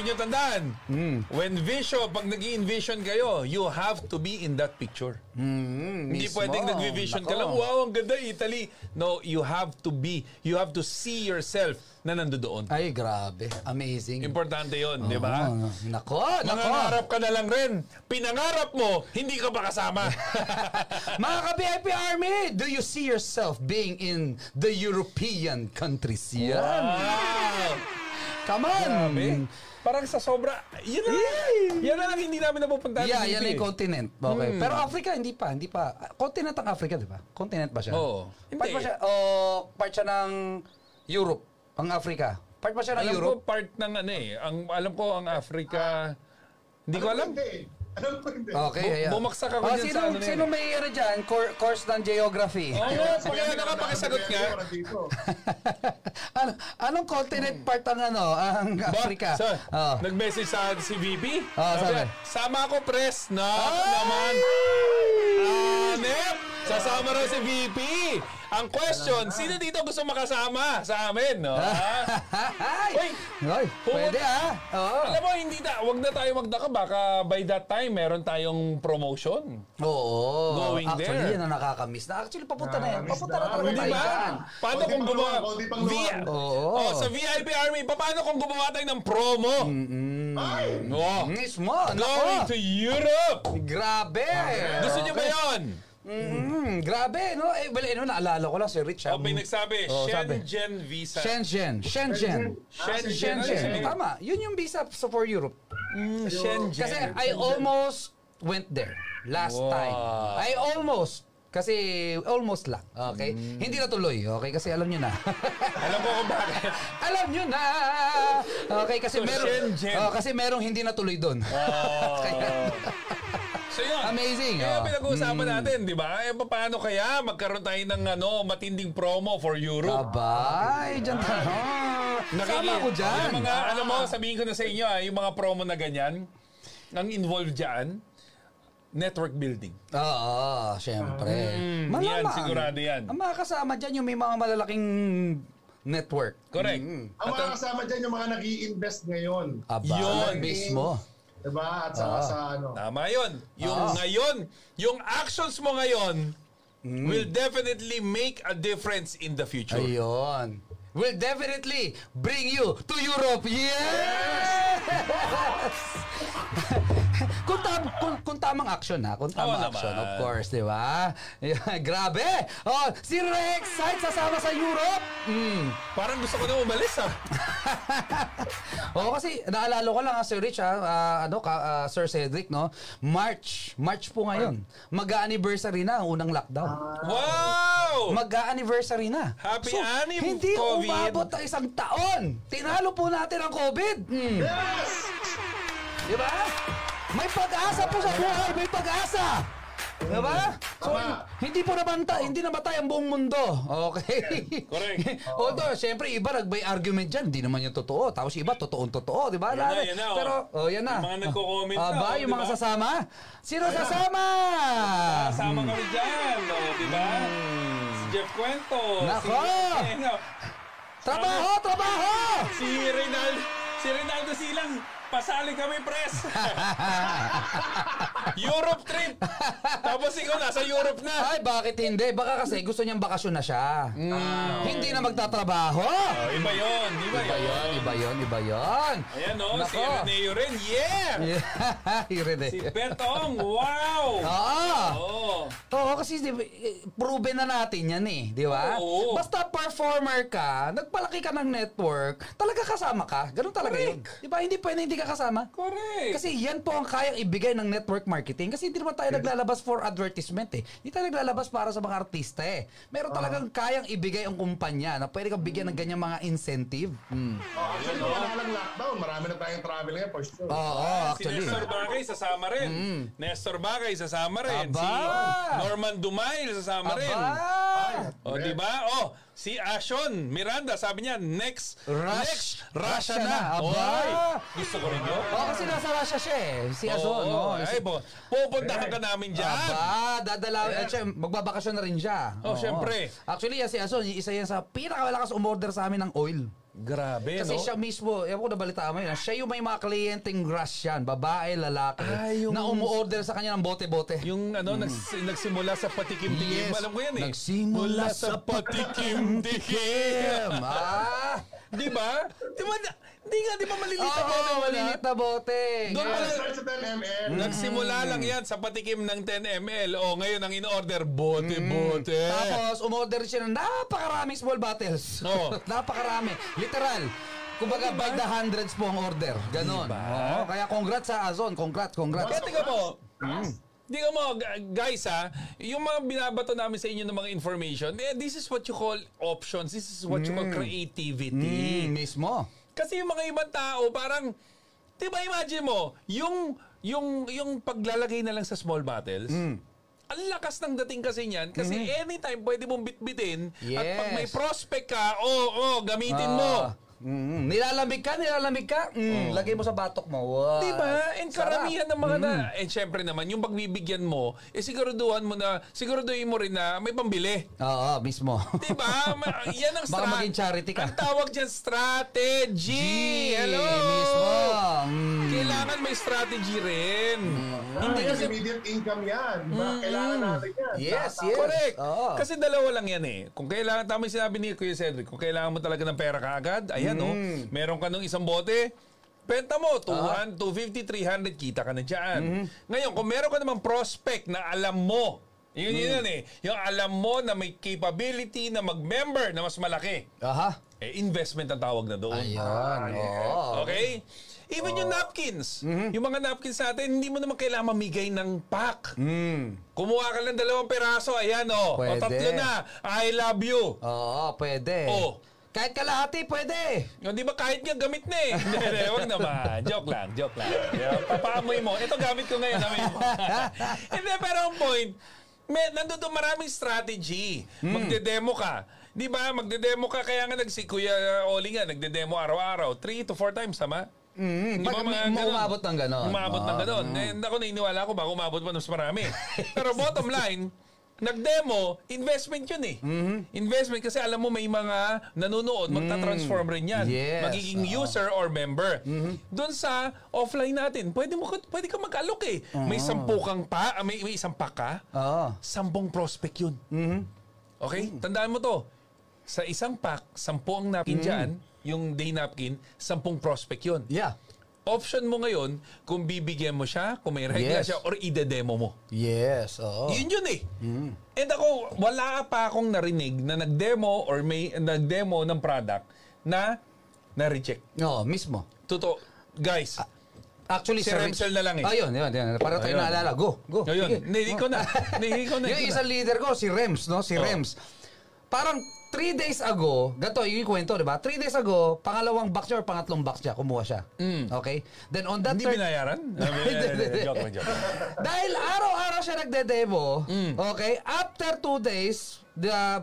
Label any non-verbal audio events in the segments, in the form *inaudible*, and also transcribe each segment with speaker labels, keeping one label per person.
Speaker 1: yan.
Speaker 2: Mm.
Speaker 1: When vision, pag nag envision kayo, you have to be in that picture. Hindi
Speaker 2: Mm, mismo.
Speaker 1: pwedeng nag-vision ka lang,
Speaker 2: Nako.
Speaker 1: wow, ang ganda, Italy. No, you have to be, you have to see yourself na nandoon.
Speaker 2: Ay, grabe. Amazing.
Speaker 1: Importante yon, di ba?
Speaker 2: Oo, nako, Ah. nako.
Speaker 1: Mangangarap ka na lang rin. Pinangarap mo, hindi ka ba
Speaker 2: *laughs*
Speaker 1: kasama?
Speaker 2: Mga ka-VIP Army, do you see yourself being in the European countries? Yan.
Speaker 1: wow!
Speaker 2: Come on. Mm.
Speaker 1: Grabe. Ah. Eh, Parang sa sobra, yun na lang. Yan na lang hindi namin napupuntahan.
Speaker 2: Yeah,
Speaker 1: dito
Speaker 2: yan
Speaker 1: eh.
Speaker 2: yung continent. Okay. Pero Africa, hindi pa, hindi pa. Ah, Continent ang Africa, di ba? Continent ba siya?
Speaker 1: Oo.
Speaker 2: Part
Speaker 1: Hindi.
Speaker 2: ba siya, oh, part siya ng Europe, ang Africa. Part ba siya ng
Speaker 1: Alam
Speaker 2: Europe?
Speaker 1: ko part ng ano eh. Ang, alam ko ang Africa, hindi ko alam.
Speaker 3: Hindi. Alam ko hindi.
Speaker 2: Okay,
Speaker 1: Bu-
Speaker 2: ayan.
Speaker 1: bumagsak ako dyan sa
Speaker 2: sino,
Speaker 1: ano na yun.
Speaker 2: Sino may ano dyan? Cor- course ng geography.
Speaker 1: Oo nga, pakilala ka, pakisagot nga.
Speaker 3: Para dito.
Speaker 2: ano, anong continent part ang ano, ang Africa?
Speaker 1: Hmm.
Speaker 2: Oh.
Speaker 1: Sir,
Speaker 2: Oo.
Speaker 1: nag-message sa akin si VP.
Speaker 2: Oh,
Speaker 1: Ah. Sabi,
Speaker 2: sabi.
Speaker 1: Sama ako, press. Na, naman. Anep! Sasama raw si VP. Ang question, sino dito gusto makasama sa amin? *laughs* No? Ah.
Speaker 2: *laughs* Ay!
Speaker 1: Uy!
Speaker 2: Ay, pwede ah. Oo.
Speaker 1: Alam mo, hindi na, wag na tayo magdaka. Baka by that time, meron tayong promotion.
Speaker 2: Oo.
Speaker 1: Going
Speaker 2: Actually,
Speaker 1: there.
Speaker 2: yan ang nakakamiss na. Actually, papunta na yan.
Speaker 3: Nakakamiss
Speaker 2: Papunta na
Speaker 3: na.
Speaker 2: talaga
Speaker 3: Hindi
Speaker 1: Di
Speaker 2: tayo dyan.
Speaker 1: ba? Diba? Paano
Speaker 3: Konti
Speaker 1: kung
Speaker 3: pang
Speaker 1: gumawa?
Speaker 3: luwag, konti pang
Speaker 1: Vi-
Speaker 3: luwag.
Speaker 2: Oo.
Speaker 1: Oh, Mm. sa VIP Army, paano kung gumawa tayo ng promo?
Speaker 3: Ay!
Speaker 1: Oh,
Speaker 2: Mismo.
Speaker 1: going
Speaker 2: Nako.
Speaker 1: to Europe!
Speaker 2: Grabe.
Speaker 1: Gusto niyo ba yun?
Speaker 2: Mm, grabe, no? Eh, well, ano, naalala ko lang si
Speaker 1: O,
Speaker 2: Rich. ah.
Speaker 1: Oh, may nagsabi,
Speaker 2: Oo, sabi.
Speaker 1: Shenzhen Visa.
Speaker 2: Shenzhen. Shenzhen.
Speaker 3: Ah,
Speaker 1: Shenzhen.
Speaker 2: Shenzhen. Tama. Yun yung visa so for Europe.
Speaker 1: Mm, Shenzhen.
Speaker 2: Kasi I almost went there last
Speaker 1: Wow.
Speaker 2: time. I almost. Kasi almost lang. Okay? Hindi natuloy. Okay? Kasi alam nyo na.
Speaker 1: Mm.
Speaker 2: *laughs*
Speaker 1: Alam ko kung bakit.
Speaker 2: alam nyo na! Okay?
Speaker 1: So,
Speaker 2: Kasi merong,
Speaker 1: Shenzhen.
Speaker 2: oh, kasi merong hindi natuloy doon. Kaya-
Speaker 1: So yun.
Speaker 2: *laughs* Amazing,
Speaker 1: Kaya
Speaker 2: oh.
Speaker 1: pinag-uusapan natin, di ba? Eh, paano kaya magkaroon tayo ng ano, matinding promo for Europe?
Speaker 2: Abay, dyan ka. Sama
Speaker 1: Nakili-
Speaker 2: ko dyan.
Speaker 1: Yung mga, ano mo, sabihin ko na sa inyo, ah, yung mga promo na ganyan, ang involved dyan, network building.
Speaker 2: Oo, syempre. Malamang.
Speaker 1: Mm, yan, sigurado yan.
Speaker 2: Ang mga kasama dyan yung may mga malalaking network.
Speaker 1: Correct.
Speaker 3: Mm-hmm. Ang mga kasama dyan yung mga nag invest ngayon.
Speaker 2: Aba,
Speaker 1: Yun.
Speaker 2: mismo.
Speaker 3: Diba? At saka
Speaker 2: Ah.
Speaker 3: sa ano.
Speaker 1: Tama yun. Yung
Speaker 2: Ah.
Speaker 1: ngayon, yung actions mo ngayon,
Speaker 2: Mm.
Speaker 1: will definitely make a difference in the future.
Speaker 2: Ayun. Will definitely bring you to Europe. Yes! *laughs* kung, tam, kung, kung tamang action ha, kung tamang
Speaker 1: Oo
Speaker 2: action,
Speaker 1: naman.
Speaker 2: of course, di ba? *laughs* Grabe! Oh, si Rex Hyde sasama sa Europe! Mm.
Speaker 1: Parang gusto ko na umalis
Speaker 2: *laughs*
Speaker 1: ah.
Speaker 2: Oo, Oh, kasi naalala ko lang, ah, Sir Rich, ah, ah, ano, ka, ah, Sir Cedric, no? March, March po ngayon. Mag-anniversary na ang unang lockdown.
Speaker 1: Wow!
Speaker 2: Mag-anniversary na.
Speaker 1: Oh. Happy anim,
Speaker 2: hindi
Speaker 1: COVID.
Speaker 2: umabot ang isang taon. Tinalo po natin ang COVID. Mm.
Speaker 3: Yes!
Speaker 2: Di ba? May pag-asa po sa buhay, may pag-asa. Di ba? So,
Speaker 3: Tama.
Speaker 2: hindi po naman ta- hindi namatay ang buong mundo. Okay?
Speaker 1: Correct.
Speaker 2: *laughs* Although, syempre, iba nagbay argument dyan. Hindi naman yung totoo. Tapos iba, totoong-totoo. Di ba?
Speaker 1: Yan na, yan na, oh.
Speaker 2: Pero, oh, yan na.
Speaker 1: Yung mga nagko-comment na,
Speaker 2: Aba,
Speaker 1: oh,
Speaker 2: yung
Speaker 1: di
Speaker 2: mga
Speaker 1: ba?
Speaker 2: sasama? Sino sasama?
Speaker 1: Kasama kami
Speaker 2: Mm.
Speaker 1: dyan, no? di ba? Si Jeff Cuento.
Speaker 2: Nako!
Speaker 1: Si, eh, no,
Speaker 2: Trabaho! Trabaho!
Speaker 1: si Rinaldo. Si Rinaldo Silang. Pasali kami,
Speaker 2: *laughs*
Speaker 1: press. Europe trip. Tapos ikaw nasa Europe na.
Speaker 2: Ay, bakit hindi? Baka kasi gusto niyang bakasyon na siya.
Speaker 1: Hmm.
Speaker 2: Hindi na magtatrabaho.
Speaker 1: Oh, iba yun. Iba,
Speaker 2: Ah. Iba yun,
Speaker 1: yun.
Speaker 2: iba yun, iba yun. *laughs*
Speaker 1: Ayan o, si
Speaker 2: Nako.
Speaker 1: Reneo rin. Yeah!
Speaker 2: Yeah, Irene.
Speaker 1: Si Betong. Wow!
Speaker 2: eh. Oo.
Speaker 1: Oo.
Speaker 2: Oo, kasi di ba, eh, proven na natin yan eh, di ba?
Speaker 1: Oo.
Speaker 2: Basta performer ka, nagpalaki ka ng network, talaga kasama ka. Ganun talaga yun. Di ba? Hindi pwede hindi ka kasama.
Speaker 1: Correct.
Speaker 2: Kasi yan po ang kayang ibigay ng network marketing kasi hindi naman tayo naglalabas for advertisement eh. Hindi tayo naglalabas para sa mga artista eh.
Speaker 1: Ah.
Speaker 2: Meron talagang kayang ibigay ang kumpanya na pwede kang bigyan ng
Speaker 1: Hmm.
Speaker 2: ganyang mga incentive. Mm.
Speaker 3: Oh, actually, kung wala lang lockdown, marami na tayong travel ngayon for sure.
Speaker 2: Oo,
Speaker 1: Ah, Si
Speaker 2: actually. Mm.
Speaker 1: Nestor Bagay sasama rin. Nestor Bagay sasama rin.
Speaker 2: Aba!
Speaker 1: Si Norman Dumail sasama rin.
Speaker 2: Aba!
Speaker 1: O, di ba? Oh, si Ashon Miranda, sabi niya, next,
Speaker 2: Rush-
Speaker 1: next, Russia,
Speaker 2: Russia
Speaker 1: na.
Speaker 2: na. Aba!
Speaker 1: Oy, gusto ko rin yun.
Speaker 2: Oo, kasi nasa Russia siya eh. Si Azon,
Speaker 1: Oo,
Speaker 2: no?
Speaker 1: ay, po, pupuntahan ka namin dyan.
Speaker 2: Aba, dadalaw. Eh, siya, magbabakasyon na rin siya.
Speaker 1: Oh,
Speaker 2: Oo.
Speaker 1: syempre.
Speaker 2: Actually, yan si Ason, isa yan sa pinakamalakas umorder sa amin ng oil.
Speaker 1: Grabe,
Speaker 2: Kasi
Speaker 1: Eh, no?
Speaker 2: siya mismo, ewan ko nabalitaan mo yun, ah, siya yung may mga kliyenteng Russian, babae, lalaki,
Speaker 1: Ah, yung-
Speaker 2: na umuorder sa kanya ng bote-bote.
Speaker 1: Yung ano, nags- nagsimula sa patikim-tikim.
Speaker 2: Mm. Yes.
Speaker 1: Alam ko yan eh. Mula
Speaker 2: Nagsimula
Speaker 1: sa
Speaker 2: sa
Speaker 1: patikim-tikim. *laughs*
Speaker 2: ah!
Speaker 1: di ba? Di ba? na- Di nga, di ba
Speaker 2: Oo,
Speaker 1: maliliit na
Speaker 2: oh,
Speaker 1: bote, wala?
Speaker 2: maliit na bote.
Speaker 1: Doon
Speaker 2: Yes.
Speaker 1: pala
Speaker 3: Start sa 10 mm.
Speaker 1: Nagsimula lang yan sa patikim ng 10 ml. O, ngayon ang in-order, bote-bote.
Speaker 2: Tapos, umorder siya ng napakaraming small bottles.
Speaker 1: Oo.
Speaker 2: *laughs* Napakarami. Literal.
Speaker 1: Oh,
Speaker 2: Kumbaga,
Speaker 1: diba?
Speaker 2: by the hundreds po ang order. Ganon. Oo, kaya congrats sa Azon. Congrats,
Speaker 1: Kaya
Speaker 2: congrats.
Speaker 1: tiga mo, tiga mo, g- guys ha, yung mga binabato namin sa inyo ng mga information, eh, this is what you call options, this is what you call creativity.
Speaker 2: Mm, mismo.
Speaker 1: Kasi yung mga ibang tao, parang, di ba imagine mo, yung, yung, yung paglalagay na lang sa small bottles,
Speaker 2: Mm.
Speaker 1: ang lakas ng dating kasi niyan kasi anytime pwede mong bitbitin at pag may
Speaker 2: Mm-hmm. Yes.
Speaker 1: prospect ka, oo, oh, gamitin mo.
Speaker 2: Ah, mm, nilalamig ka, nilalamig ka. Mm, Lagay mo sa batok mo. Wow.
Speaker 1: Di ba? And Diba?
Speaker 2: Ah, Sarap. Mm.
Speaker 1: karamihan ng mga na, and syempre naman, yung pagbibigyan mo, eh siguraduhan mo na, siguraduhin mo rin na may pambili.
Speaker 2: Oo, mismo.
Speaker 1: Di ba? Diba? Ma- Yan ang
Speaker 2: *laughs* Baka
Speaker 1: strat-
Speaker 2: maging charity ka.
Speaker 1: Ang tawag dyan, strategy. Hello!
Speaker 2: Mismo. Mm.
Speaker 1: Kailangan may strategy rin.
Speaker 3: Hindi kasi immediate income yan. Di
Speaker 1: Hmm.
Speaker 3: ba? Kailangan natin yan.
Speaker 2: Yes,
Speaker 3: Tata-
Speaker 2: yes.
Speaker 1: Correct.
Speaker 2: Oo.
Speaker 1: Kasi dalawa lang yan eh. Kung kailangan, tama yung sinabi ni Kuya Cedric, kung kailangan mo talaga ng pera kaagad, ayan oh,
Speaker 2: Mm.
Speaker 1: meron ka nung isang bote, Benta mo,
Speaker 2: Ah.
Speaker 1: 200, 250, 300, kita ka na
Speaker 2: Mm-hmm.
Speaker 1: dyan. Ngayon, kung meron ka namang prospect na alam mo, yun yun
Speaker 2: Mm.
Speaker 1: yun eh, yung alam mo na may capability na mag-member na mas malaki,
Speaker 2: Aha.
Speaker 1: eh, investment ang tawag na doon. Ah,
Speaker 2: Ayan. oo. Mm-hmm.
Speaker 1: Okay? Even yung napkins. Yung mga napkins natin, hindi mo naman kailangan mamigay ng pack.
Speaker 2: Mm.
Speaker 1: Kumuha ka ng dalawang peraso, ayan oh. o. O
Speaker 2: Pwede.
Speaker 1: tatlo na, I love you.
Speaker 2: Oo, pwede.
Speaker 1: Oo.
Speaker 2: Kahit kalahati, pwede.
Speaker 1: O, di ba kahit nga gamit na eh. *laughs* Hindi, hindi, wag naman. Joke lang, joke lang. Yan, Papaamoy mo. Ito gamit ko ngayon, amoy
Speaker 2: *laughs*
Speaker 1: mo. Hindi, pero ang point, may, nandun doon maraming strategy.
Speaker 2: Hmm.
Speaker 1: Magde-demo ka. Di ba? Magde-demo ka. Kaya nga nag, si Kuya Oli nga, nagde-demo araw-araw. Three to four times, tama? Di
Speaker 2: Mm,
Speaker 1: ba mga
Speaker 2: pag ma-
Speaker 1: ganun?
Speaker 2: umabot ng ganon.
Speaker 1: Umabot ng
Speaker 2: Oo.
Speaker 1: ganon. And ako naniniwala ko, baka umabot pa ng mas marami. *laughs* Pero bottom line, nag-demo, investment yun eh.
Speaker 2: Mm-hmm.
Speaker 1: Investment kasi alam mo may mga nanonood, magta-transform rin yan.
Speaker 2: Mm. Yes,
Speaker 1: Magiging
Speaker 2: oo. Mm-hmm.
Speaker 1: user or member. Doon sa offline natin, pwede, mo, pwede ka mag-alok eh. May sampu kang pa, ah, may, may isang pa ka,
Speaker 2: Oo.
Speaker 1: sampung prospect yun.
Speaker 2: Mm-hmm.
Speaker 1: Okay?
Speaker 2: Mm.
Speaker 1: Tandaan mo to. Sa isang pack, sampu ang napkin
Speaker 2: Mm.
Speaker 1: dyan, yung day napkin, sampung prospect yun
Speaker 2: Yeah.
Speaker 1: option mo ngayon kung bibigyan mo siya, kung may regla
Speaker 2: Yes. Oh.
Speaker 1: siya, or ide-demo mo.
Speaker 2: Yes, oo.
Speaker 1: Yun yun eh.
Speaker 2: Hmm.
Speaker 1: And ako, wala pa akong narinig na nag-demo or may nag-demo ng product na na-reject.
Speaker 2: Oo, mismo.
Speaker 1: Totoo. Guys,
Speaker 2: Ah, Actually,
Speaker 1: Si
Speaker 2: sir,
Speaker 1: Remsel na lang eh.
Speaker 2: Ayun, yun, yun. Para tayo
Speaker 1: Ayun.
Speaker 2: naalala. Go, go.
Speaker 1: Ayun.
Speaker 2: oh, Sige.
Speaker 1: Hindi, ikaw na.
Speaker 2: *laughs*
Speaker 1: Hindi, ikaw na,
Speaker 2: Yung
Speaker 1: ikaw
Speaker 2: isang leader ko, si Rems, no? Si
Speaker 1: Oo.
Speaker 2: Rems. Parang three days ago, ganito, yung kwento, di ba? Three days ago, pangalawang box niya or pangatlong box niya, kumuha siya. Okay? Then on that
Speaker 1: hindi
Speaker 2: third-
Speaker 1: binayaran? eh, joke lang, joke lang.
Speaker 2: *laughs* Dahil araw-araw siya nagde-demo, okay, after two days, the,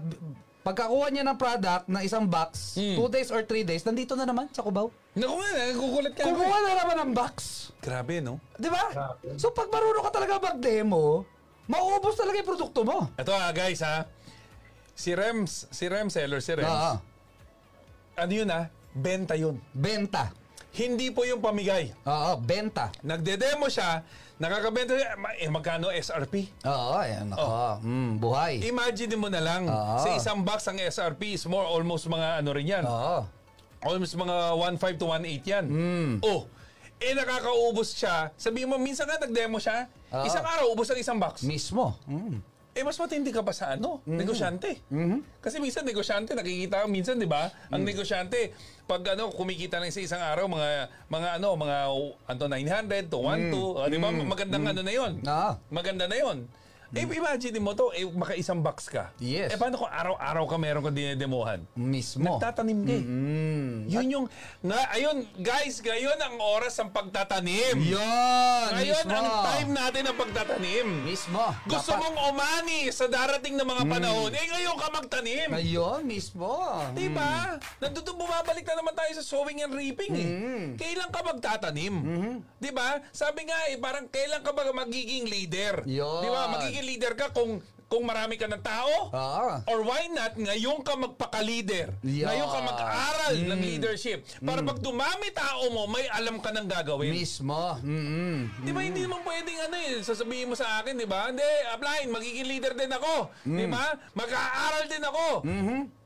Speaker 2: pagkakuha niya ng product na isang box, two days or three days, nandito na naman sa Cubao.
Speaker 1: Naku nga, nagkukulit ka.
Speaker 2: Kumuha na naman ng box.
Speaker 1: Grabe, no?
Speaker 2: Di ba? So pag marunong ka talaga mag-demo, mauubos talaga yung produkto mo.
Speaker 1: Ito ah, guys ha. Si Rems, si Rems seller, si Rems.
Speaker 2: Oo.
Speaker 1: Ano yun ah? Benta yun.
Speaker 2: Benta.
Speaker 1: Hindi po yung pamigay.
Speaker 2: Oo, benta.
Speaker 1: Nagde-demo siya, nakakabenta siya, ma- eh, magkano SRP?
Speaker 2: Oo, ayan ako.
Speaker 1: Oh.
Speaker 2: Mm, buhay.
Speaker 1: Imagine mo na lang,
Speaker 2: Oo.
Speaker 1: sa isang box ang SRP is more almost mga ano rin yan.
Speaker 2: Oo.
Speaker 1: Almost mga 1.5 to 1.8 yan. Oh, eh nakakaubos siya. Sabihin mo, minsan nga nag-demo siya,
Speaker 2: Oo.
Speaker 1: isang araw ubos ang isang box.
Speaker 2: Mismo. Mm.
Speaker 1: eh mas matindi ka pa sa ano, negosyante. Kasi minsan negosyante, nakikita ko minsan, di ba? Ang negosyante, pag ano, kumikita ng sa isang araw, mga, mga ano, mga uh, ano, 900 to 1, to, ah, di ba? Magandang ano na yun.
Speaker 2: Ah.
Speaker 1: Maganda na yun. Eh, imagine mo to, eh, makaisang box ka.
Speaker 2: Mm. Yes.
Speaker 1: Eh, paano kung araw-araw ka meron kang dinedemohan?
Speaker 2: Mismo. Mm.
Speaker 1: Nagtatanim ka eh. Yun yung, na, ayun, guys, ngayon ang oras ng pagtatanim.
Speaker 2: Yun!
Speaker 1: Ngayon
Speaker 2: mismo.
Speaker 1: ang time natin ang pagtatanim.
Speaker 2: Mismo.
Speaker 1: Gusto
Speaker 2: Dapat- Mm.
Speaker 1: mong umani sa darating na mga panahon, eh ngayon ka magtanim.
Speaker 2: Ayun, mismo.
Speaker 1: Di ba? Nandito Diba? bumabalik na naman tayo sa sowing and reaping eh. Kailan ka magtatanim? Diba? Di ba? Sabi nga eh, parang kailan ka ba magiging leader?
Speaker 2: Yun.
Speaker 1: Di ba? Magiging leader ka kung kung marami ka ng tao?
Speaker 2: Oo.
Speaker 1: Or why not, ngayon ka magpaka-leader.
Speaker 2: Yeah.
Speaker 1: Ngayon ka mag-aral ng leadership. Para pag dumami tao mo, may alam ka ng gagawin.
Speaker 2: Mismo. Mm-mm.
Speaker 1: Di ba hindi naman pwedeng ano eh, sasabihin mo sa akin, di ba? Hindi, applying, magiging leader din ako. Di ba? Mag-aaral din ako.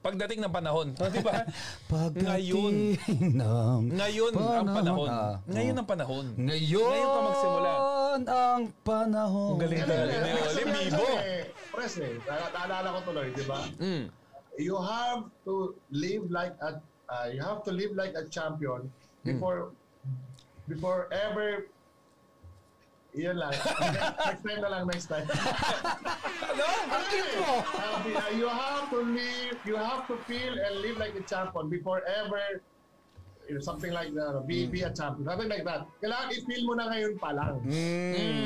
Speaker 1: Pagdating ng panahon. *laughs* Diba? So, di ba?
Speaker 2: Pagdating
Speaker 1: Ngayon.
Speaker 2: ng
Speaker 1: Ngayon ang panahon.
Speaker 2: Ah,
Speaker 1: Ngayon ang panahon.
Speaker 2: Ngayon,
Speaker 1: Ngayon ka magsimula.
Speaker 2: ang panahon.
Speaker 1: Ang galing
Speaker 3: Ano
Speaker 1: talaga. ni Oli, bibo.
Speaker 3: Pres eh. Na- Naalala ko tuloy, di ba? You have to live like a uh, you have to live like a champion before before ever yun lang. next time na lang, next time.
Speaker 1: Ano?
Speaker 2: Ang cute mo.
Speaker 3: Sabi, uh, you have to live, you have to feel and live like a champion before ever you know, something like that, be, be a champion, something like that. Kailangan i-feel mo na ngayon pa lang.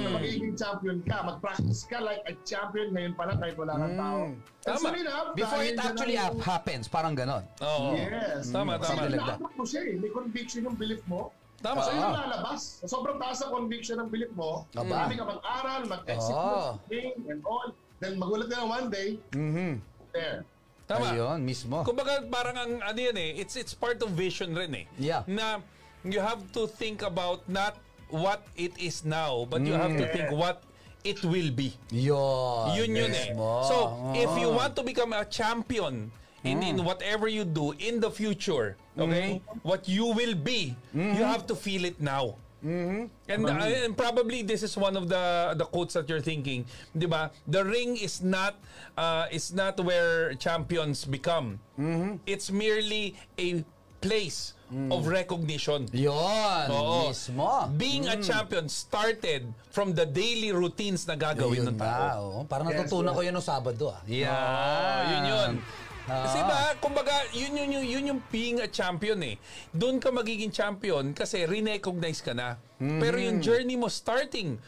Speaker 3: Na magiging champion ka, mag-practice ka like a champion ngayon pa lang kahit wala kang tao. And
Speaker 1: Tama.
Speaker 3: soon enough,
Speaker 2: Before
Speaker 3: dahil
Speaker 2: it
Speaker 3: dyan ang-
Speaker 2: actually up- happens, parang ganon.
Speaker 1: Oo.
Speaker 3: Yes.
Speaker 1: Tama,
Speaker 3: Kasi
Speaker 1: tama.
Speaker 3: na-attract mo siya eh. May conviction yung belief mo.
Speaker 1: Tama.
Speaker 3: So yun
Speaker 2: Ah.
Speaker 3: lalabas. Sobrang taas ang conviction ng belief mo.
Speaker 2: Aba. Ah.
Speaker 3: Marami ka mag-aral, mag-execute,
Speaker 2: Oo.
Speaker 3: thing and all. Then magulat ka na one day,
Speaker 2: Mhm.
Speaker 3: there.
Speaker 1: Tama.
Speaker 2: Ayun, mismo.
Speaker 1: Kumbaga parang ang ano yan eh, it's it's part of vision rin eh.
Speaker 2: Yeah.
Speaker 1: Na you have to think about not what it is now, but you have to think what it will be.
Speaker 2: Yun.
Speaker 1: Yun yun eh.
Speaker 2: mismo.
Speaker 1: So, if you
Speaker 2: Oo.
Speaker 1: want to become a champion in, in whatever you do in the future, okay? What you will be, you have to feel it now. And, uh, and probably this is one of the the quotes that you're thinking, 'di ba? The ring is not uh, is not where champions become. It's merely a place of recognition.
Speaker 2: Yun,
Speaker 1: Oo.
Speaker 2: mismo.
Speaker 1: Being a champion started from the daily routines na gagawin
Speaker 2: Yun
Speaker 1: ng tao.
Speaker 2: na, oo. Parang natutunan ko yun noong Sabado. Ah. Yan.
Speaker 1: Ah, yun yun.
Speaker 2: Ah.
Speaker 1: Kasi ba, kumbaga, yun, yun, yun, yun yung being a champion eh. Doon ka magiging champion kasi recognize ka na. Pero yung journey mo starting,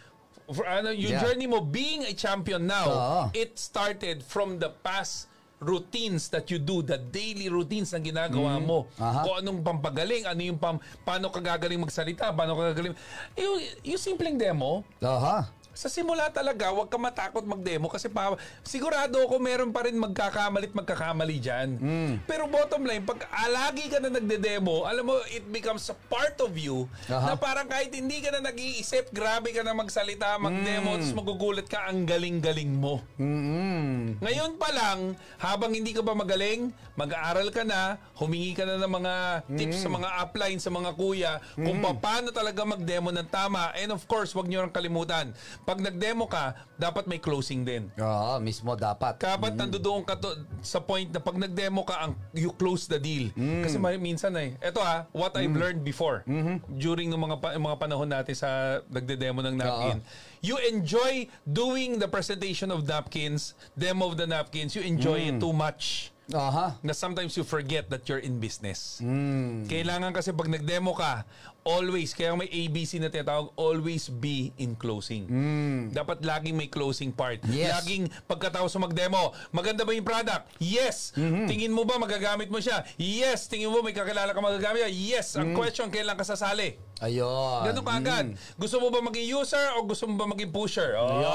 Speaker 1: for, ano, yung
Speaker 2: Mhm. Yeah.
Speaker 1: journey mo being a champion now,
Speaker 2: Oo.
Speaker 1: it started from the past routines that you do, the daily routines na ginagawa mo.
Speaker 2: Mhm. Aha.
Speaker 1: Kung anong pampagaling, ano yung pam, paano ka gagaling magsalita, paano ka gagaling... Yung, yung simpleng demo,
Speaker 2: Aha.
Speaker 1: sa simula talaga, huwag ka matakot mag-demo kasi pa, sigurado ako meron pa rin magkakamalit magkakamali dyan. Pero bottom line, pag alagi ka na nagde-demo, alam mo, it becomes a part of you na
Speaker 2: Aha.
Speaker 1: parang kahit hindi ka na nag-iisip, grabe ka na magsalita, mag-demo, tapos magugulat ka, ang galing-galing mo. Ngayon pa lang, habang hindi ka pa magaling, mag-aaral ka na, humingi ka na ng mga tips sa mga upline, sa mga kuya, kung paano talaga mag-demo ng tama. And of course, wag nyo nang kalimutan, pag nag-demo ka, dapat may closing din.
Speaker 2: Oo, mismo dapat.
Speaker 1: Dapat nandoon ka to, sa point na pag nag-demo ka, ang, you close the deal. Kasi mari- minsan eh, eto ah, what I've learned before, during ng mga, pa- mga panahon natin sa nagde-demo ng napkin, you enjoy doing the presentation of napkins, demo of the napkins, you enjoy it too much
Speaker 2: Aha.
Speaker 1: na sometimes you forget that you're in business.
Speaker 2: Hmm.
Speaker 1: Kailangan kasi pag nag-demo ka, always, kaya may ABC na tinatawag, always be in closing. Dapat laging may closing part.
Speaker 2: Hmm. Yes.
Speaker 1: Laging pagkatapos mo mag-demo, maganda ba yung product? Yes.
Speaker 2: Hmm.
Speaker 1: Tingin mo ba magagamit mo siya? Yes. Tingin mo may kakilala ka magagamit siya? Yes.
Speaker 2: Hmm.
Speaker 1: Ang question, kailan ka sasali?
Speaker 2: Ayun.
Speaker 1: Ganun ka agad.
Speaker 2: hmm.
Speaker 1: Gusto mo ba maging user o gusto mo ba maging pusher? Oh.
Speaker 2: Ayun.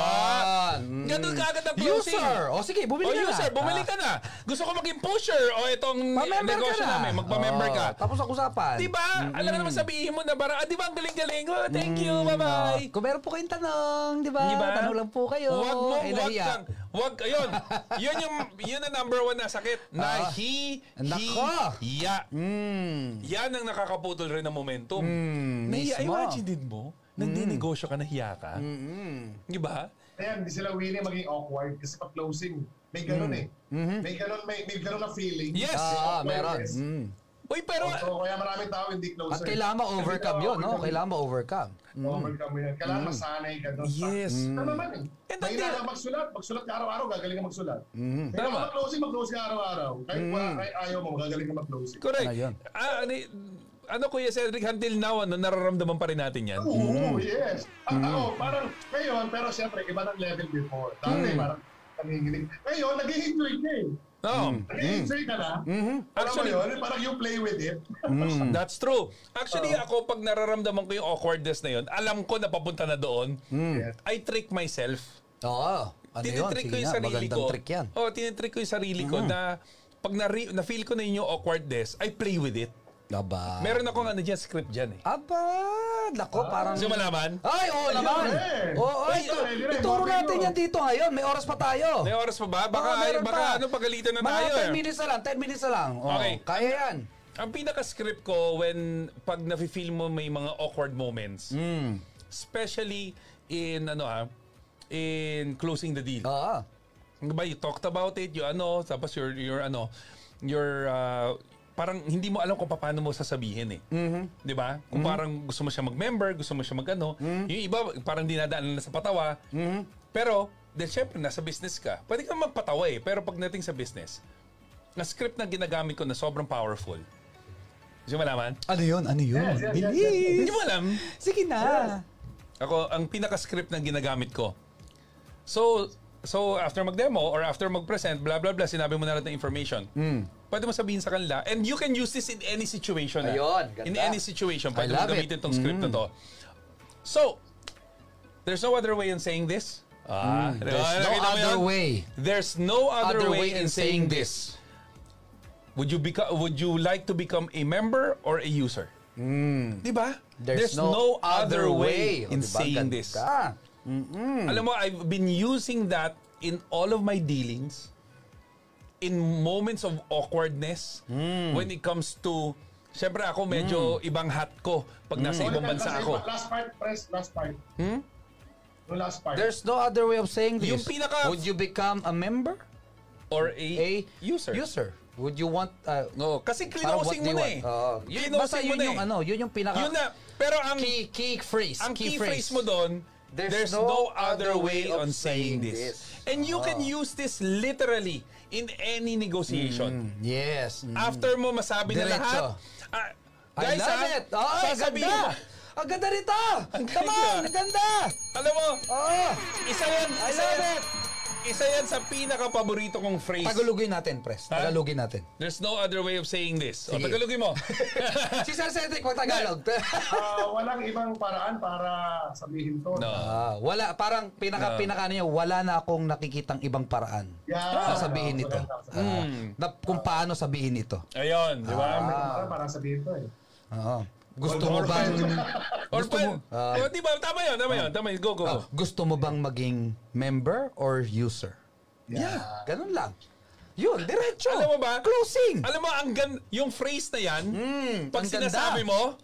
Speaker 2: Mm.
Speaker 1: Ganun ka agad ang closing.
Speaker 2: User. O sige, bumili
Speaker 1: O
Speaker 2: ka na.
Speaker 1: user, Oh, bumili
Speaker 2: Ah.
Speaker 1: ka na. Gusto ko maging pusher. O itong
Speaker 2: Pa-member ka
Speaker 1: negosyo
Speaker 2: na. Ah.
Speaker 1: namin, magpa-member
Speaker 2: Oo,
Speaker 1: ka.
Speaker 2: Tapos ang usapan.
Speaker 1: Di ba? Alam naman sabihin mo na parang, ah, di ba ang galing-galing? Oh, thank you, bye-bye.
Speaker 2: Ah, Kung meron po kayong tanong, di ba?
Speaker 1: Di ba?
Speaker 2: Tanong lang po kayo.
Speaker 1: Huwag mo,
Speaker 2: Eh,
Speaker 1: huwag
Speaker 2: nahiya.
Speaker 1: kang, huwag, yun. Yun yung, yun ang number one na sakit. Na
Speaker 2: Ah.
Speaker 1: hi, hi,
Speaker 2: Nako.
Speaker 1: ya.
Speaker 2: Mm.
Speaker 1: Yan ang nakakaputol rin ng momentum.
Speaker 2: Mm,
Speaker 1: Nahiya,
Speaker 2: mismo.
Speaker 1: imagine din mo, nagdinegosyo ka, nahiya ka. Di ba?
Speaker 3: Kaya hindi sila willing maging awkward kasi pag closing, may ganun
Speaker 1: Mm.
Speaker 3: eh.
Speaker 1: Mm-hmm.
Speaker 3: May ganun, may, may ganun na feeling.
Speaker 1: Yes.
Speaker 2: Ah,
Speaker 3: Awkward
Speaker 2: meron.
Speaker 3: is.
Speaker 2: Mm.
Speaker 1: Uy, pero,
Speaker 3: So, kaya maraming tao hindi eh. closer.
Speaker 2: At kailangan ma-overcome yun, no? Kailangan ma-overcome.
Speaker 3: Overcome mo yan. Kailangan masanay ka doon.
Speaker 1: Mm. Yes. Mm.
Speaker 3: Ano naman eh.
Speaker 1: And
Speaker 3: Mahina
Speaker 1: until-
Speaker 3: ka magsulat. Magsulat ka araw-araw, gagaling ka magsulat. Mm. Kaya
Speaker 1: Tama. Mm.
Speaker 3: kung mag-closing, mag-closing ka araw-araw. Kahit wala, kahit ayaw mo, magagaling ka mag-closing.
Speaker 1: correct.
Speaker 2: Ayun.
Speaker 1: Ah, ano, ano, Kuya Cedric, until now, ano, nararamdaman pa rin natin yan.
Speaker 2: Mm.
Speaker 3: Oo, yes. At
Speaker 1: Mm.
Speaker 3: ako, parang ngayon, pero siyempre, iba ng level before. Dati,
Speaker 1: Mm.
Speaker 3: parang nanginginig. Ngayon, nag-enjoy ka eh.
Speaker 1: Oo.
Speaker 2: Mm.
Speaker 3: Nag-enjoy ka na.
Speaker 2: Mm-hmm.
Speaker 1: Actually-
Speaker 3: Actually, yun, parang you play with it.
Speaker 2: Mm.
Speaker 1: That's true. Actually, ako, pag nararamdaman ko yung awkwardness na yun, alam ko na papunta na doon,
Speaker 3: Yes.
Speaker 1: I trick myself.
Speaker 2: Oo. Mm. Ano
Speaker 1: tinitrick ko
Speaker 2: yun? Sige
Speaker 1: yung
Speaker 2: nga,
Speaker 1: sarili ko.
Speaker 2: magandang trick yan. Mm.
Speaker 1: Oh, tinitrick ko yung sarili ko na pag na, na feel ko na yun yung awkwardness, I play with it.
Speaker 2: Aba.
Speaker 1: Meron akong ano dyan, script dyan eh.
Speaker 2: Aba. Nako,
Speaker 3: Ah.
Speaker 2: parang...
Speaker 1: Gusto mo malaman?
Speaker 2: Ay, oo naman.
Speaker 3: eh.
Speaker 2: Oo, oh,
Speaker 3: Ito, eh, dire,
Speaker 2: ituro
Speaker 3: mabigyan
Speaker 2: natin
Speaker 3: mo.
Speaker 2: yan dito ngayon. May oras pa tayo.
Speaker 1: May oras pa ba? Baka,
Speaker 2: Oo, meron
Speaker 1: baka
Speaker 2: pa.
Speaker 1: ano, pagalitan na
Speaker 2: Mga
Speaker 1: tayo
Speaker 2: 10
Speaker 1: eh.
Speaker 2: minutes na lang, 10 minutes na lang. Oo,
Speaker 1: Okay.
Speaker 2: Kaya yan.
Speaker 1: Ang pinaka-script ko when pag nafe-feel mo may mga awkward moments, especially in ano ah, in closing the deal.
Speaker 2: Oo.
Speaker 1: Ano ba, you talked about it, you ano, tapos your, your ano, your, ah, parang hindi mo alam kung paano mo sasabihin eh. Di ba? Kung parang gusto mo siya mag-member, gusto mo siya mag-ano. Yung iba, parang dinadaan na sa patawa. Pero, then syempre, nasa business ka. Pwede kang magpatawa eh. Pero pagdating sa business, na script na ginagamit ko na sobrang powerful. Gusto mo malaman?
Speaker 2: Ano yun? Ano yun?
Speaker 3: Yes, yes, yes, yes.
Speaker 2: Bilis.
Speaker 1: Hindi mo alam.
Speaker 2: Sige na.
Speaker 1: Ako, ang pinaka-script na ginagamit ko. So, so after mag-demo or after mag-present, blah, blah, blah, sinabi mo na lahat ng information. Pwede mo sabihin sa kanila, and you can use this in any situation. ah.
Speaker 2: Ayun, ganda.
Speaker 1: In any situation,
Speaker 2: I
Speaker 1: pwede mo
Speaker 2: love it.
Speaker 1: gamitin tong script na to. So, there's no other way in saying this. Ah, di ba?
Speaker 2: There's no
Speaker 1: Nakita mo
Speaker 2: other
Speaker 1: yun?
Speaker 2: way.
Speaker 1: There's no other,
Speaker 2: Other
Speaker 1: way, in saying this. Would you become would you like to become a member or a user? Di ba? There's, no, other way,
Speaker 2: O,
Speaker 1: in
Speaker 2: diba?
Speaker 1: saying
Speaker 2: Ganda.
Speaker 1: this. Alam mo, I've been using that in all of my dealings, in moments of awkwardness,
Speaker 2: Hmm.
Speaker 1: when it comes to, syempre ako medyo ibang hat ko pag
Speaker 2: Hmm.
Speaker 1: nasa ibang bansa
Speaker 3: Last-
Speaker 1: ako.
Speaker 3: Last part, press, last part. Hmm? Yung last part.
Speaker 2: There's no other way of saying this.
Speaker 1: Yung pinaka-
Speaker 2: Would you become a member?
Speaker 1: Or a,
Speaker 2: A
Speaker 1: user.
Speaker 2: User. Would you want... Uh,
Speaker 1: No, kasi
Speaker 2: parang what
Speaker 1: klinosing
Speaker 2: do
Speaker 1: mo
Speaker 2: you
Speaker 1: na
Speaker 2: want?
Speaker 1: eh.
Speaker 2: Oo. Yun, basta
Speaker 1: Klinosing mo
Speaker 2: yun
Speaker 1: na
Speaker 2: yung
Speaker 1: eh.
Speaker 2: ano, yun yung pinaka...
Speaker 1: Yun na. Pero ang
Speaker 2: Key, key phrase.
Speaker 1: ang key, phrase. mo doon, there's,
Speaker 2: There's
Speaker 1: no,
Speaker 2: no
Speaker 1: other
Speaker 2: other
Speaker 1: way
Speaker 2: way
Speaker 1: on
Speaker 2: of
Speaker 1: saying
Speaker 2: saying
Speaker 1: this.
Speaker 2: this. Ah.
Speaker 1: And you can use this literally in any negotiation.
Speaker 2: Yes. Mm.
Speaker 1: After mo masabi na lahat,
Speaker 2: Diretso.
Speaker 1: ah,
Speaker 2: I
Speaker 1: guys,
Speaker 2: love
Speaker 1: ah,
Speaker 2: it! Oo, ang
Speaker 1: sasabihin
Speaker 2: ganda!
Speaker 1: mo,
Speaker 2: Ang ganda nito!
Speaker 1: Ang
Speaker 2: Come
Speaker 1: ganda.
Speaker 2: on! Ang ganda! Ah.
Speaker 1: alam mo,
Speaker 2: Oo!
Speaker 1: isa yan,
Speaker 2: Oh. I
Speaker 1: isa
Speaker 2: love
Speaker 1: yan,
Speaker 2: it!
Speaker 1: isa yan sa pinaka-paborito kong phrase.
Speaker 2: Tagalugin natin, Pres.
Speaker 1: Ha?
Speaker 2: Tagalugin natin.
Speaker 1: There's no other way of saying this. O,
Speaker 2: Sige.
Speaker 1: Tagalogin
Speaker 2: *laughs*
Speaker 1: mo. Ah.
Speaker 2: si Sir Cedric, pag Tagalog.
Speaker 3: Ah, walang ibang paraan para sabihin to.
Speaker 1: no.
Speaker 2: *laughs* Ah, wala, parang
Speaker 1: Ah.
Speaker 2: pinaka, pinaka ano niya, wala na akong nakikitang ibang paraan.
Speaker 3: Yeah.
Speaker 2: na sabihin ito.
Speaker 3: Mm.
Speaker 2: Ah, na, kung paano sabihin ito.
Speaker 1: Ayun, di
Speaker 2: Ah.
Speaker 3: Diba?
Speaker 1: ba?
Speaker 3: Para sabihin to eh.
Speaker 2: Oo. Gusto mo
Speaker 3: Or
Speaker 2: bang
Speaker 1: Or
Speaker 2: gusto mo,
Speaker 1: pan, oh, di ba? Tama yun, tama yun, tama yun. Go, go, go.
Speaker 2: ah, gusto mo bang maging member or user?
Speaker 1: Yeah.
Speaker 2: Ganun lang. Yun, diretso.
Speaker 1: Alam mo ba?
Speaker 2: Closing.
Speaker 1: Alam mo, ang gan yung phrase na yan, pag
Speaker 2: Hmm, ang ganda.
Speaker 1: sinasabi mo,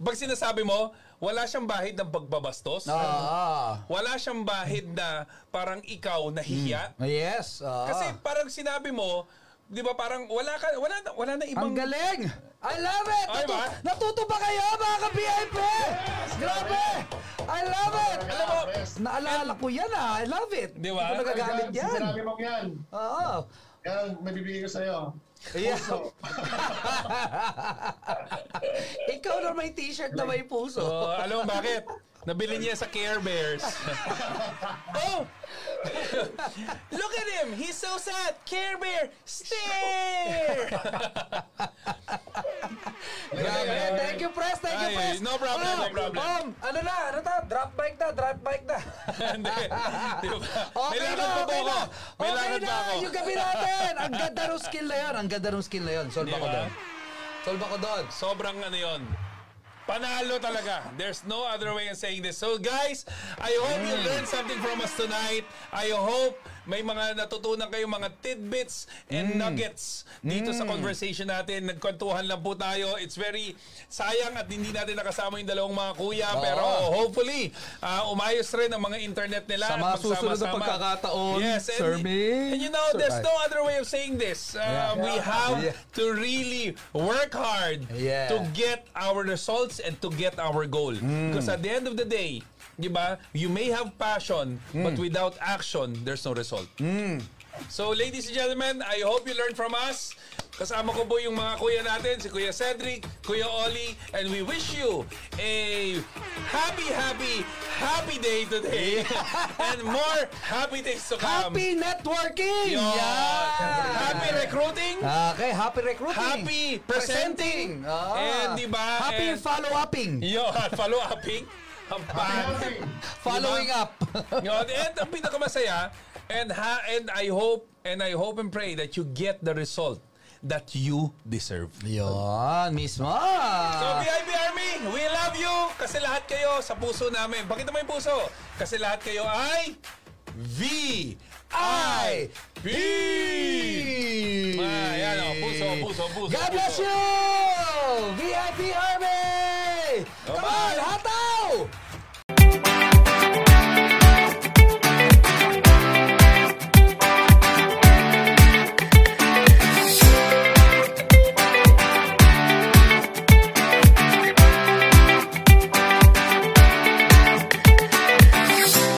Speaker 1: pag sinasabi mo, wala siyang bahid ng pagbabastos.
Speaker 2: Ah,
Speaker 1: Wala siyang bahid na parang ikaw nahiya.
Speaker 2: ah. yes. Ah.
Speaker 1: Kasi parang sinabi mo, 'di ba parang wala ka wala na, wala na ibang
Speaker 2: Ang galing! I love it!
Speaker 1: Ay, ba?
Speaker 2: Natu- natuto ba kayo mga ka-VIP? Grabe! I love it!
Speaker 1: Alam mo,
Speaker 2: Naalala ko yan ah. I love it.
Speaker 1: Di ba?
Speaker 2: Hindi ko nagagamit yan.
Speaker 3: Sinabi mo yan.
Speaker 2: Oo.
Speaker 3: Yan, mabibigay ko sa'yo.
Speaker 2: Yeah.
Speaker 3: Puso.
Speaker 2: *laughs* Ikaw na may t-shirt na may puso.
Speaker 1: Oh, alam mo bakit? Nabili niya sa Care
Speaker 2: *laughs*
Speaker 1: Bears. oh! *laughs* Look at him! He's so sad! Care Bear! Stare! *laughs*
Speaker 2: Grabe. Thank you, Press. Thank you,
Speaker 1: Ay,
Speaker 2: Press.
Speaker 1: no problem, no
Speaker 2: Oh,
Speaker 1: problem.
Speaker 2: Um, ano na? Ano ta? Drop bike na. Drop bike na.
Speaker 1: Hindi. Di ba? May
Speaker 2: *laughs* Okay na,
Speaker 1: lakad pa ba
Speaker 2: okay
Speaker 1: ako?
Speaker 2: na.
Speaker 1: May
Speaker 2: Okay
Speaker 1: lakad
Speaker 2: na,
Speaker 1: pa ako?
Speaker 2: yung gabi
Speaker 1: *laughs*
Speaker 2: natin. Ang ganda ng skill na yun. Ang ganda ng skill na yun. Solve
Speaker 1: Di
Speaker 2: ako
Speaker 1: ba?
Speaker 2: doon. Solve ako doon.
Speaker 1: Sobrang ano yon. Panalo talaga. There's no other way in saying this. So guys, I hope you
Speaker 2: Mm.
Speaker 1: learned something from us tonight. I hope may mga natutunan kayo mga tidbits and
Speaker 2: Mm.
Speaker 1: nuggets dito sa conversation natin. Nagkwentuhan lang po tayo. It's very sayang at hindi natin nakasama yung dalawang mga kuya.
Speaker 2: Oo.
Speaker 1: Pero hopefully, ah, umayos rin ang mga internet nila. at
Speaker 2: Sa mga susunod na
Speaker 1: magsama-sama.
Speaker 2: pagkakataon,
Speaker 1: Yes, and,
Speaker 2: Sir
Speaker 1: and
Speaker 2: Ming,
Speaker 1: you know,
Speaker 2: Sir
Speaker 1: there's
Speaker 2: Mike.
Speaker 1: no other way of saying this. Uh, We have
Speaker 2: Yeah.
Speaker 1: to really work hard
Speaker 2: Yeah.
Speaker 1: to get our results and to get our goal.
Speaker 2: Mm.
Speaker 1: Because at the end of the day, di ba, you may have passion,
Speaker 2: Mm.
Speaker 1: but without action, there's no result. So, ladies and gentlemen, I hope you learned from us. Kasama ko po yung mga kuya natin, si Kuya Cedric, Kuya Oli, and we wish you a happy, happy, happy day today. *laughs* and more happy days to come.
Speaker 2: Happy networking!
Speaker 1: Yun. Um, Happy recruiting.
Speaker 2: Okay, happy recruiting.
Speaker 1: Happy presenting.
Speaker 2: Ah.
Speaker 1: And di ba,
Speaker 2: Happy
Speaker 1: and-
Speaker 2: follow-upping.
Speaker 1: Yo, *laughs* follow upping. Ang pangit.
Speaker 3: Helping.
Speaker 2: Following up.
Speaker 1: Yun, and ang pinakamasaya, And ha and I hope and I hope and pray that you get the result that you deserve.
Speaker 2: Yun, mismo.
Speaker 1: So VIP Army, we love you kasi lahat kayo sa puso namin. Bakit naman yung puso? Kasi lahat kayo ay VIP! Ah, yan o. Puso, puso, puso.
Speaker 2: God bless
Speaker 1: puso.
Speaker 2: you! VIP Army! Come on,
Speaker 1: Bye-bye.
Speaker 2: hata!